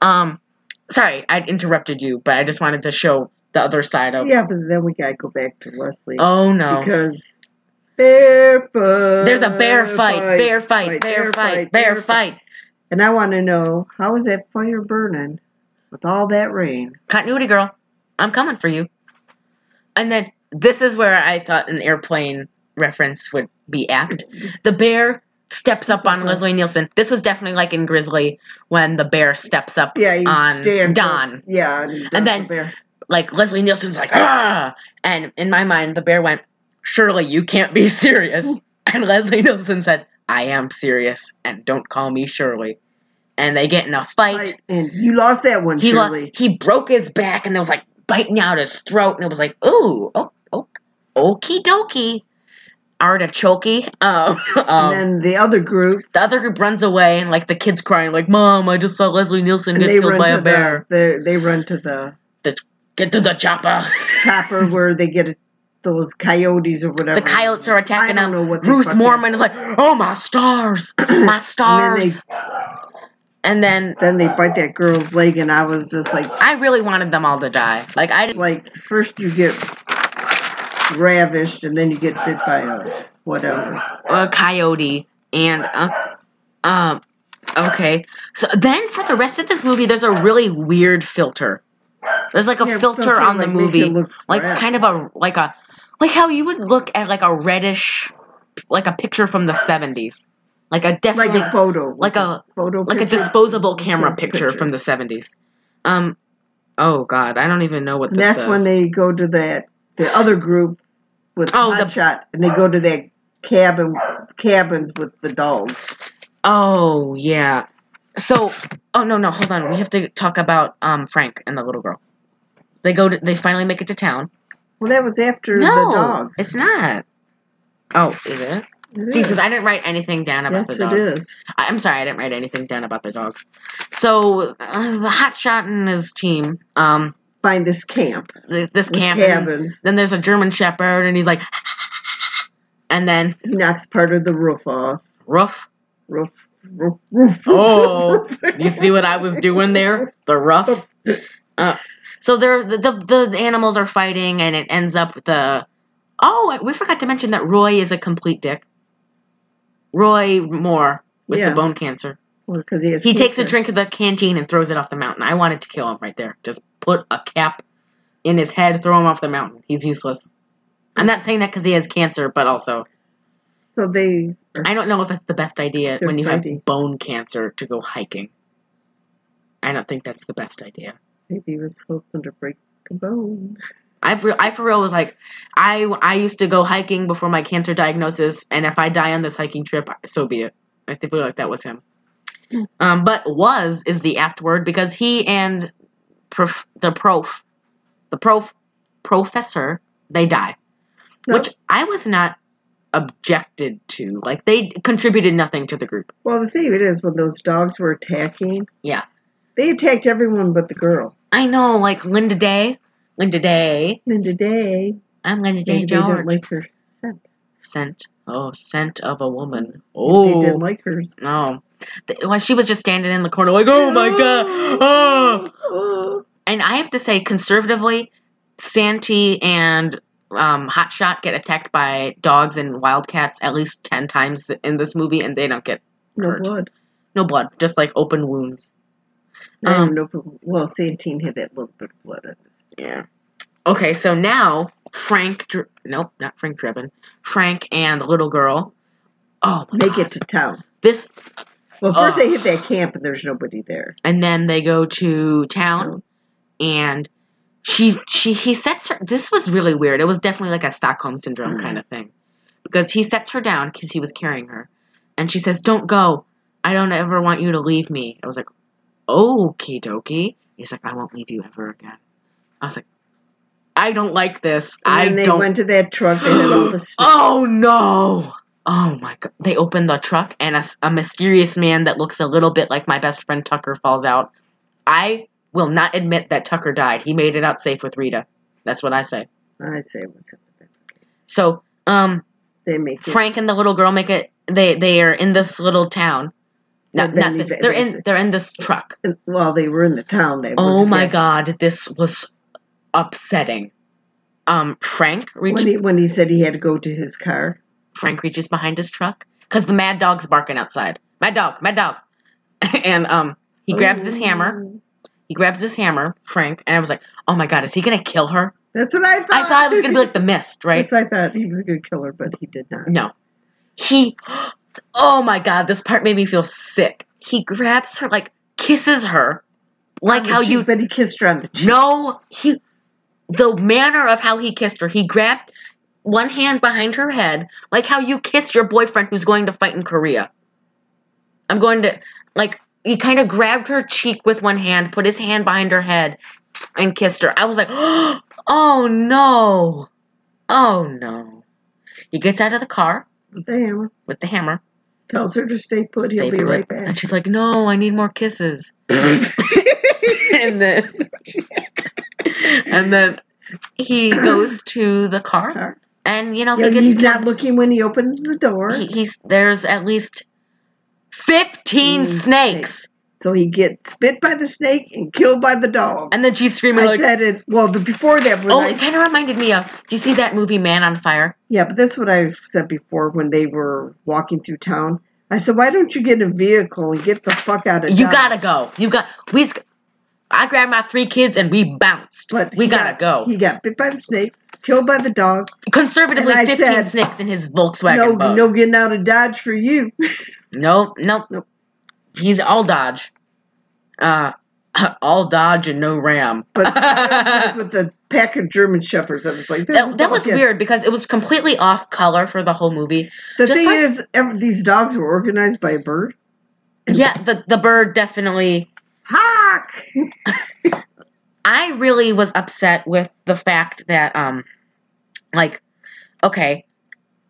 Speaker 1: Um, sorry, I interrupted you, but I just wanted to show the other side of.
Speaker 2: Yeah, but then we gotta go back to Leslie
Speaker 1: Oh no.
Speaker 2: because bear fight.
Speaker 1: There's a bear fight, bear fight, bear fight, bear fight.
Speaker 2: And I want to know how is that fire burning with all that rain?
Speaker 1: continuity girl i'm coming for you and then this is where i thought an airplane reference would be apt the bear steps up on leslie nielsen this was definitely like in grizzly when the bear steps up
Speaker 2: Yeah, you
Speaker 1: On
Speaker 2: stand up-
Speaker 1: Don.
Speaker 2: Yeah, and, Don's
Speaker 1: then-
Speaker 2: a bear.
Speaker 1: like leslie nielsen's like ah and in my mind the bear went surely you can't be serious and leslie nielsen said i am serious and don't call me shirley and they get in a fight
Speaker 2: Fight. and you lost that one,
Speaker 1: he lo-
Speaker 2: surely.
Speaker 1: he broke his back and it was like biting out his throat and it was like ooh oh, oh okie dokie artichoke um, um,
Speaker 2: and then the other group,
Speaker 1: the other group runs away and like the kids crying like mom i just saw leslie nielsen
Speaker 2: and
Speaker 1: get
Speaker 2: they
Speaker 1: killed
Speaker 2: run
Speaker 1: by
Speaker 2: to
Speaker 1: a bear
Speaker 2: the they, they run to the
Speaker 1: get to the chopper
Speaker 2: chopper where they get those coyotes or whatever.
Speaker 1: the coyotes are
Speaker 2: I
Speaker 1: attacking
Speaker 2: don't
Speaker 1: him
Speaker 2: know what they
Speaker 1: ruth
Speaker 2: fucking-
Speaker 1: mormon is like oh my stars my
Speaker 2: And
Speaker 1: stars
Speaker 2: then they
Speaker 1: and then
Speaker 2: then they bite that girl's leg, and I was just like,
Speaker 1: i really wanted them all to die like i didn't
Speaker 2: like first you get ravished, and then you get bit by a whatever.
Speaker 1: a coyote and uh, um Okay. So then for the rest of this movie, there's a really weird filter. There's like a
Speaker 2: Yeah,
Speaker 1: filter,
Speaker 2: filter,
Speaker 1: on the
Speaker 2: like, make
Speaker 1: movie,
Speaker 2: it look
Speaker 1: like
Speaker 2: spread.
Speaker 1: kind of a like a like how you would look at like a reddish, like a picture from the '70s, like a
Speaker 2: like
Speaker 1: definitely
Speaker 2: a photo,
Speaker 1: like a-
Speaker 2: photo,
Speaker 1: like a
Speaker 2: picture.
Speaker 1: disposable camera
Speaker 2: Yeah,
Speaker 1: picture,
Speaker 2: picture.
Speaker 1: from the 70s. Um, oh god, I don't even know what
Speaker 2: And
Speaker 1: this
Speaker 2: that's
Speaker 1: says.
Speaker 2: when they go to that the other group with
Speaker 1: Oh,
Speaker 2: oh,
Speaker 1: the-
Speaker 2: Hotshot, and they go to that cabin cabins with the dogs.
Speaker 1: oh yeah. So oh no no hold on we have to talk about um Frank and the little girl. They go to, they finally make it to town.
Speaker 2: Well, that was after
Speaker 1: no,
Speaker 2: the dogs.
Speaker 1: it's not. Oh, it is.
Speaker 2: It is.
Speaker 1: Jesus, I didn't write anything down about
Speaker 2: yes,
Speaker 1: the
Speaker 2: it
Speaker 1: dogs.
Speaker 2: is.
Speaker 1: I, I'm sorry, I didn't write anything down about the dogs. So uh, the hotshot and his team, um,
Speaker 2: Find this camp,
Speaker 1: th- this
Speaker 2: with
Speaker 1: camp. and-
Speaker 2: cabins.
Speaker 1: Then there's a German Shepherd, and he's like, and then
Speaker 2: He knocks part of the roof off.
Speaker 1: rough.
Speaker 2: Roof, roof, roof.
Speaker 1: Oh, You see what I was doing there? The rough. Uh, so they're the, the the animals are fighting, and it ends up with the. Oh, we forgot to mention that Roy is a complete dick. Roy Moore with
Speaker 2: Yeah.
Speaker 1: the bone cancer.
Speaker 2: Because he, has
Speaker 1: He takes a
Speaker 2: cancer.
Speaker 1: drink of the canteen and throws it off the mountain. I wanted to kill him right there. Just put a cap in his head, throw him off the mountain. He's useless. I'm not saying that because he has cancer, but also
Speaker 2: So they
Speaker 1: I don't know if that's the best idea
Speaker 2: They're
Speaker 1: when you
Speaker 2: fighting.
Speaker 1: have bone cancer to go hiking. I don't think that's the best idea.
Speaker 2: maybe he was hoping to break a bone.
Speaker 1: I for, I for real was like, I I used to go hiking before my cancer diagnosis, and if I die on this hiking trip, so be it. I think we like that was him. Um, but was is the apt word because he and prof, the prof, the prof, professor, they die,
Speaker 2: No.
Speaker 1: which I was not objected to. Like they contributed nothing to the group.
Speaker 2: Well, the thing of it is, when those dogs were attacking,
Speaker 1: Yeah.
Speaker 2: they attacked everyone but the girl.
Speaker 1: I know, like Linda Day, Linda Day.
Speaker 2: And today,
Speaker 1: I'm Linda Day
Speaker 2: maybe they
Speaker 1: George.
Speaker 2: didn't like her scent.
Speaker 1: scent. Oh, scent of a woman.
Speaker 2: Maybe
Speaker 1: Oh.
Speaker 2: They didn't like hers.
Speaker 1: No. Th- Well, she was just standing in the corner, like, oh my god, oh.
Speaker 2: Oh.
Speaker 1: And I have to say, conservatively, Santee and um, Hotshot get attacked by dogs and wildcats at least 10 times th- in this movie, and they don't get
Speaker 2: No
Speaker 1: hurt.
Speaker 2: blood.
Speaker 1: no blood, just like open wounds.
Speaker 2: I
Speaker 1: Um,
Speaker 2: don't know. if it- Well, Santine had that little bit of blood in it.
Speaker 1: Yeah. Okay, so now Frank, Dr- nope, not Frank Drebin, Frank and the little girl. Oh, my
Speaker 2: Make
Speaker 1: God.
Speaker 2: it to town.
Speaker 1: This,
Speaker 2: Well, first
Speaker 1: Oh.
Speaker 2: they hit that camp and there's nobody there.
Speaker 1: and then they go to town.
Speaker 2: No. Mm-hmm.
Speaker 1: and she she he sets her this was really weird it was definitely like a stockholm syndrome
Speaker 2: Mm-hmm.
Speaker 1: kind of thing because he sets her down because he was carrying her and she says don't go i don't ever want you to leave me i was like okie dokie he's like i won't leave you ever again i was like i don't like this
Speaker 2: And
Speaker 1: i
Speaker 2: then they
Speaker 1: don't
Speaker 2: went to that truck. They had all the stuff.
Speaker 1: oh no oh my god they open the truck and a, s- a mysterious man that looks a little bit like my best friend tucker falls out i will not admit that tucker died he made it out safe with rita that's what i say
Speaker 2: I'd say it was.
Speaker 1: so um
Speaker 2: They make it.
Speaker 1: frank and the little girl make it they they are in this little town no,
Speaker 2: And then
Speaker 1: not
Speaker 2: they-
Speaker 1: they're in they're in this truck
Speaker 2: Well, they were in the town. They
Speaker 1: oh
Speaker 2: was-
Speaker 1: my
Speaker 2: yeah.
Speaker 1: god this was upsetting um frank reaches
Speaker 2: When he, when he said he had to go to his car.
Speaker 1: Frank reaches behind his truck because the mad dog's barking outside. Mad dog, mad dog. and um, he grabs
Speaker 2: Oh,
Speaker 1: this hammer. He grabs this hammer, Frank, and I was like, oh my god, is he gonna kill her?
Speaker 2: That's what I thought.
Speaker 1: I thought it was gonna be like the mist, right?
Speaker 2: Yes, I thought he was a good killer, but he did not.
Speaker 1: No. He, oh my god, this part made me feel sick. He grabs her, like kisses her, like
Speaker 2: On the
Speaker 1: how
Speaker 2: cheek,
Speaker 1: you
Speaker 2: But he kissed her on the cheek.
Speaker 1: No, he. The manner of how he kissed her, he grabbed one hand behind her head, like how you kiss your boyfriend who's going to fight in Korea. I'm going to, like, he kind of grabbed her cheek with one hand, put his hand behind her head, and kissed her. I was like, oh no. Oh no. He gets out of the car
Speaker 2: with the hammer.
Speaker 1: with the hammer.
Speaker 2: Tells her to stay put.
Speaker 1: stay
Speaker 2: He'll be
Speaker 1: put,
Speaker 2: right
Speaker 1: And
Speaker 2: back.
Speaker 1: she's like, no, I need more kisses. and then, and then he goes to the car.
Speaker 2: Car.
Speaker 1: and you know
Speaker 2: You know,
Speaker 1: he gets
Speaker 2: he's not looking when he opens the door,
Speaker 1: he, he's there's at least 15
Speaker 2: Mm,
Speaker 1: snakes
Speaker 2: so he gets bit by the snake and killed by the dog.
Speaker 1: and then she's
Speaker 2: I
Speaker 1: screaming like
Speaker 2: said it. Well, the, before that, when
Speaker 1: oh
Speaker 2: I,
Speaker 1: it kind of reminded me of do you see that movie man on fire
Speaker 2: yeah, but that's what I said before when they were walking through town. I said, why don't you get in a vehicle and get the fuck out of
Speaker 1: You
Speaker 2: Dodge?
Speaker 1: gotta go. You got we. sc- I grabbed my three kids and we bounced.
Speaker 2: But
Speaker 1: we
Speaker 2: he
Speaker 1: gotta
Speaker 2: got-
Speaker 1: go.
Speaker 2: He got bit by the snake, killed by the dog.
Speaker 1: Conservatively,
Speaker 2: and I
Speaker 1: fifteen
Speaker 2: said,
Speaker 1: snakes in his Volkswagen
Speaker 2: no,
Speaker 1: bug.
Speaker 2: no getting out of Dodge for you.
Speaker 1: No, no,
Speaker 2: Nope.
Speaker 1: He's all dodge. Uh, all dodge and no ram.
Speaker 2: But
Speaker 1: that,
Speaker 2: with the pack of German shepherds, I was like, this is
Speaker 1: that was
Speaker 2: bullshit.
Speaker 1: weird because it was completely off color for the whole movie.
Speaker 2: The
Speaker 1: Just
Speaker 2: thing
Speaker 1: like-
Speaker 2: is, ev these dogs were organized by a bird.
Speaker 1: Yeah, the the bird definitely.
Speaker 2: Hawk.
Speaker 1: I really was upset with the fact that um, like, okay,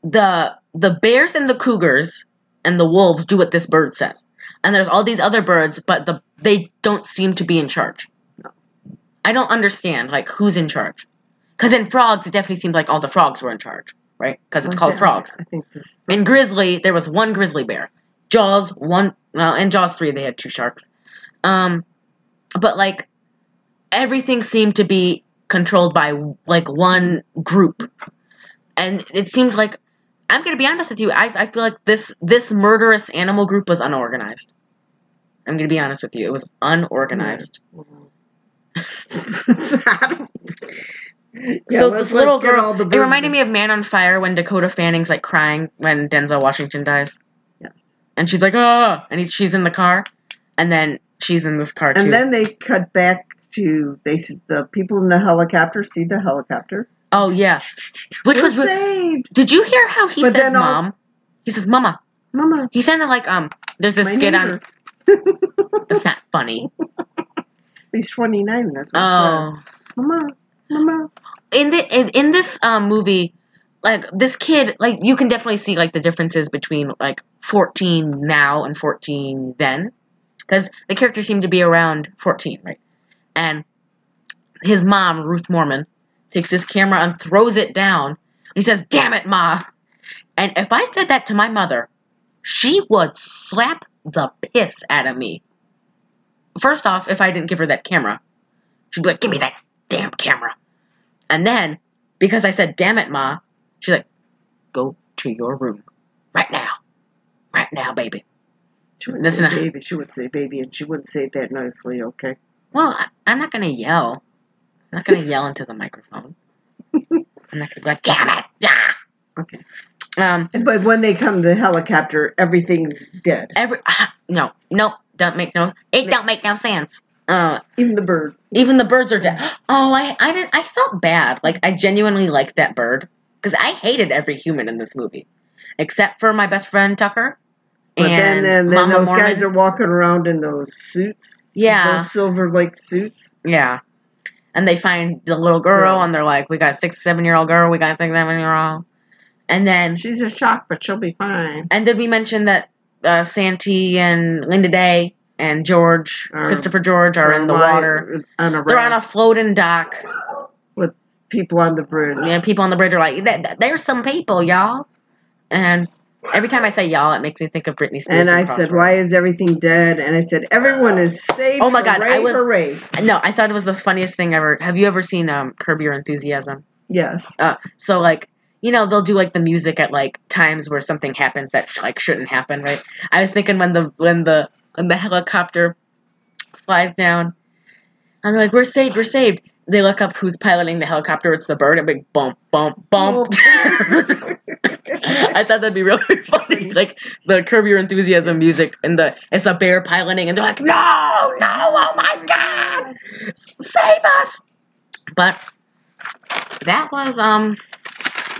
Speaker 1: the the bears and the cougars and the wolves do what this bird says, and there's all these other birds, but the they don't seem to be in charge. I don't understand like who's in charge, because in frogs it definitely seems like all the frogs were in charge, right? Because it's called frogs.
Speaker 2: I think this.
Speaker 1: In Grizzly, there was one grizzly bear. Jaws one. Well, in Jaws three, they had two sharks. Um, but like everything seemed to be controlled by like one group, and it seemed like I'm gonna be honest with you. I I feel like this this murderous animal group was unorganized. I'm gonna be honest with you. It was unorganized.
Speaker 2: Yeah,
Speaker 1: so
Speaker 2: let's-
Speaker 1: this little
Speaker 2: let's get
Speaker 1: girl.
Speaker 2: all the
Speaker 1: it reminded
Speaker 2: birds-
Speaker 1: me of Man on Fire when Dakota Fanning's like crying when Denzel Washington dies.
Speaker 2: Yes.
Speaker 1: And she's like, ah, and he's, she's in the car, and then she's in this car too.
Speaker 2: And then they cut back to they s- the people in the helicopter see the helicopter,
Speaker 1: oh yeah, which
Speaker 2: We're
Speaker 1: was. re-
Speaker 2: saved,
Speaker 1: Did you hear how he
Speaker 2: But
Speaker 1: says
Speaker 2: then all-
Speaker 1: mom? He says mama.
Speaker 2: Mama.
Speaker 1: He sounded like um. There's this
Speaker 2: my
Speaker 1: skit
Speaker 2: neighbor.
Speaker 1: on. It's not funny.
Speaker 2: He's twenty nine. and That's what
Speaker 1: oh.
Speaker 2: he says. Mama, Mama.
Speaker 1: in the in, in this um, movie like this kid like you can definitely see like the differences between like 14 now and 14 then because the character seemed to be around 14 right and his mom ruth mormon takes his camera and throws it down and he says damn it ma and if i said that to my mother she would slap the piss out of me first off if i didn't give her that camera she'd be like give me that damn camera and then, because I said, damn it, Ma, she's like, go to your room. Right now. Right now, baby.
Speaker 2: She wouldn't
Speaker 1: That's
Speaker 2: say
Speaker 1: not-
Speaker 2: baby. She wouldn't say baby, and she wouldn't say it that nicely. Okay.
Speaker 1: Well, I, I'm not going to yell. I'm not going to yell into the microphone. I'm not going to go, damn it. Ah!
Speaker 2: Okay.
Speaker 1: Um,
Speaker 2: But when they come to the helicopter, everything's dead.
Speaker 1: every, ah, no, no, don't make no, it don't make no sense. Uh,
Speaker 2: Even the bird.
Speaker 1: even the birds are dead. Oh, I, I didn't, I felt bad. Like, I genuinely liked that bird. Because I hated every human in this movie. Except for my best friend, Tucker.
Speaker 2: But
Speaker 1: and
Speaker 2: then, and then
Speaker 1: Mama
Speaker 2: those
Speaker 1: Mormon.
Speaker 2: guys are walking around in those suits.
Speaker 1: Yeah.
Speaker 2: Those silver like suits.
Speaker 1: Yeah. And they find the little girl
Speaker 2: Girl.
Speaker 1: and they're like, We got a six, seven year old girl, we got a six, seven year old. And then
Speaker 2: She's a shock, but she'll be fine.
Speaker 1: and did we mention that uh, Santee and Linda Day and George,
Speaker 2: Are-
Speaker 1: Christopher George are in the
Speaker 2: Why-
Speaker 1: water.
Speaker 2: On a
Speaker 1: They're
Speaker 2: raft.
Speaker 1: on a floating dock.
Speaker 2: people on the bridge.
Speaker 1: Yeah, people on the bridge are like, "Th- th- there's some people, y'all. And every time I say y'all, it makes me think of Britney Spears.
Speaker 2: And I said,
Speaker 1: Crossroads.
Speaker 2: "Why is everything dead?" And I said, "Everyone is safe."
Speaker 1: Oh my God,
Speaker 2: Hooray,
Speaker 1: I was-
Speaker 2: hooray.
Speaker 1: No, I thought it was the funniest thing ever. Have you ever seen um, Curb Your Enthusiasm?
Speaker 2: Yes,
Speaker 1: Uh, so like you know they'll do like the music at like times where something happens that sh- like shouldn't happen, right? I was thinking when the when the when the helicopter flies down, and they're like, "We're saved, we're saved." They look up who's piloting the helicopter. It's the bird. And big bump, bump, bump. I thought that'd be really funny, like the Curb Your Enthusiasm music, and the it's a bear piloting, and they're like, "No, no, oh my god, S- save us!" But that was um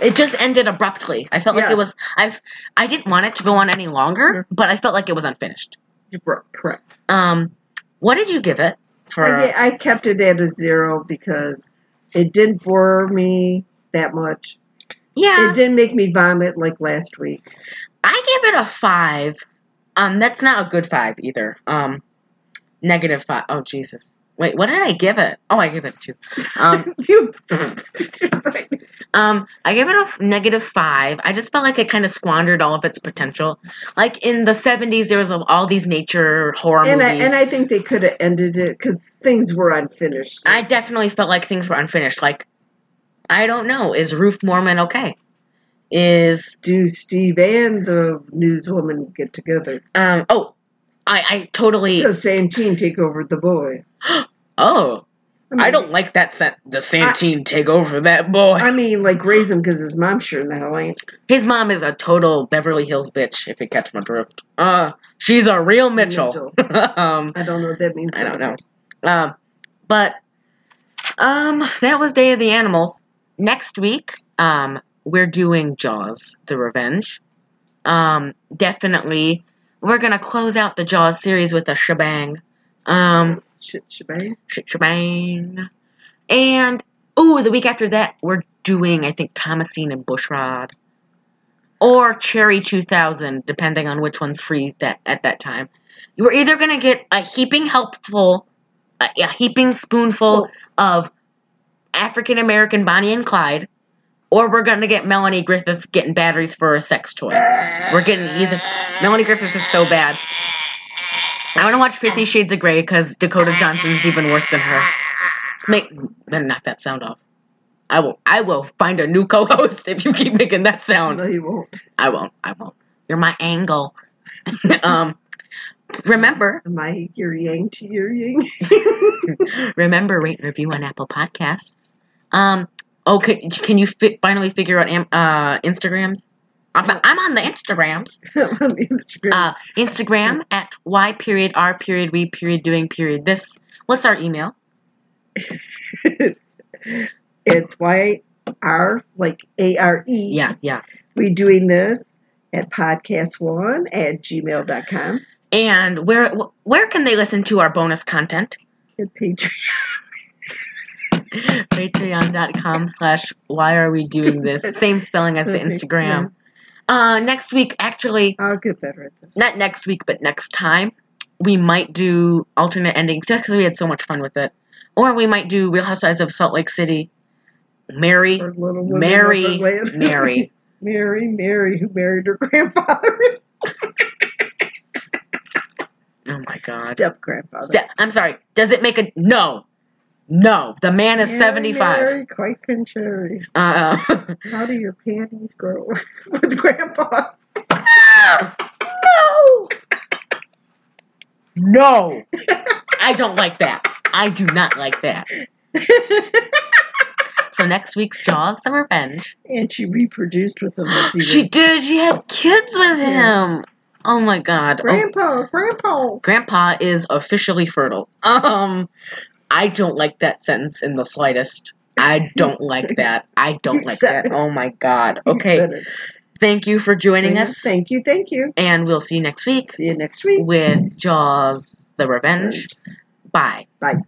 Speaker 1: it just ended abruptly i felt like
Speaker 2: Yeah. Mm-hmm.
Speaker 1: it was i've i didn't want it to go on any longer but i felt like it was unfinished
Speaker 2: you were correct.
Speaker 1: um what did you give it for
Speaker 2: I, ge- I kept it at a zero because it didn't bore me that much.
Speaker 1: yeah
Speaker 2: It didn't make me vomit like last week.
Speaker 1: i gave it a five um that's not a good five either um negative five. Oh jesus wait what did i give it oh i gave it a two um
Speaker 2: You-
Speaker 1: Um, I gave it a f- negative five. I just felt like it kind of squandered all of its potential. Like in the seventies, there was a- all these nature horror
Speaker 2: and I
Speaker 1: movies.
Speaker 2: and I think they could have ended it because things were unfinished.
Speaker 1: I definitely felt like things were unfinished. Like, I don't know, is Ruth Mormon okay? is
Speaker 2: Do Steve and the newswoman get together?
Speaker 1: um oh, I I totally
Speaker 2: Does Santine take over the boy?
Speaker 1: oh
Speaker 2: mean,
Speaker 1: I don't like that sen- the Santine take over that boy.
Speaker 2: I mean, like raise him because his mom sure in the hell ain't.
Speaker 1: His mom is a total Beverly Hills bitch. If you catch my drift, uh, she's a real Mitchell. um,
Speaker 2: I don't know what that means.
Speaker 1: I don't know. Um, but um, that was Day of the Animals. Next week, um, we're doing Jaws: The Revenge. Um, definitely, we're gonna close out the Jaws series with a shebang. Um,
Speaker 2: Shit, shebang.
Speaker 1: sh- shebang, and ooh, the week after that, we're doing I think Thomasine and Bushrod, or Cherry Two Thousand, depending on which one's free that at that time. You're either gonna get a heaping helpful, a, a heaping spoonful of African American Bonnie and Clyde, or we're gonna get Melanie Griffith getting batteries for a sex toy. We're getting either. Melanie Griffith is so bad. I want to watch Fifty Shades of Grey because Dakota Johnson's even worse than her. Let's make then knock that sound off. I will. I will find a new co-host if you keep making that sound.
Speaker 2: No, you won't.
Speaker 1: I won't. I won't. You're my angle. um, remember,
Speaker 2: Am I your yang to your yang?
Speaker 1: remember, rate and review on Apple Podcasts. Um, oh, can, can you fi- finally figure out am- uh, Instagrams? I'm, I'm on the Instagrams.
Speaker 2: on Instagram.
Speaker 1: Uh, Instagram at y period r period we period doing period this. What's our email?
Speaker 2: it's Y R like A R E.
Speaker 1: Yeah, yeah.
Speaker 2: We doing this at podcast one at gmail.com
Speaker 1: And where where can they listen to our bonus content?
Speaker 2: and Patreon.
Speaker 1: Patreon.com slash Why Are We Doing This? Same spelling as the
Speaker 2: Perfect,
Speaker 1: Instagram. Uh, next week, actually,
Speaker 2: I'll get better at this.
Speaker 1: not next week, but next time, we might do alternate endings just because we had so much fun with it. Or we might do Real Housewives of Salt Lake City, Mary,
Speaker 2: Or little women
Speaker 1: Mary,
Speaker 2: Neverland.
Speaker 1: Mary.
Speaker 2: Mary, Mary, who married her grandfather,
Speaker 1: Oh my God.
Speaker 2: step grandfather.
Speaker 1: Ste- I'm sorry. Does it make a. No. No. The man is 75.
Speaker 2: Mary, quite contrary.
Speaker 1: Uh,
Speaker 2: How do your panties grow with grandpa?
Speaker 1: no! No! I don't like that. I do not like that. So next week's Jaws the Revenge.
Speaker 2: and she reproduced with them. That's even-
Speaker 1: she did. She had kids with
Speaker 2: Yeah.
Speaker 1: him. Oh my god. Oh,
Speaker 2: grandpa, grandpa.
Speaker 1: grandpa is officially fertile. Um I don't like that sentence in the slightest. I don't like that. I don't
Speaker 2: You
Speaker 1: like
Speaker 2: said
Speaker 1: that.
Speaker 2: it.
Speaker 1: Oh my god.
Speaker 2: You
Speaker 1: Okay.
Speaker 2: said it.
Speaker 1: Thank you for joining us.
Speaker 2: Thank you, thank you.
Speaker 1: And we'll see you next week
Speaker 2: See you next week.
Speaker 1: with Jaws the Revenge. Bye.
Speaker 2: Bye.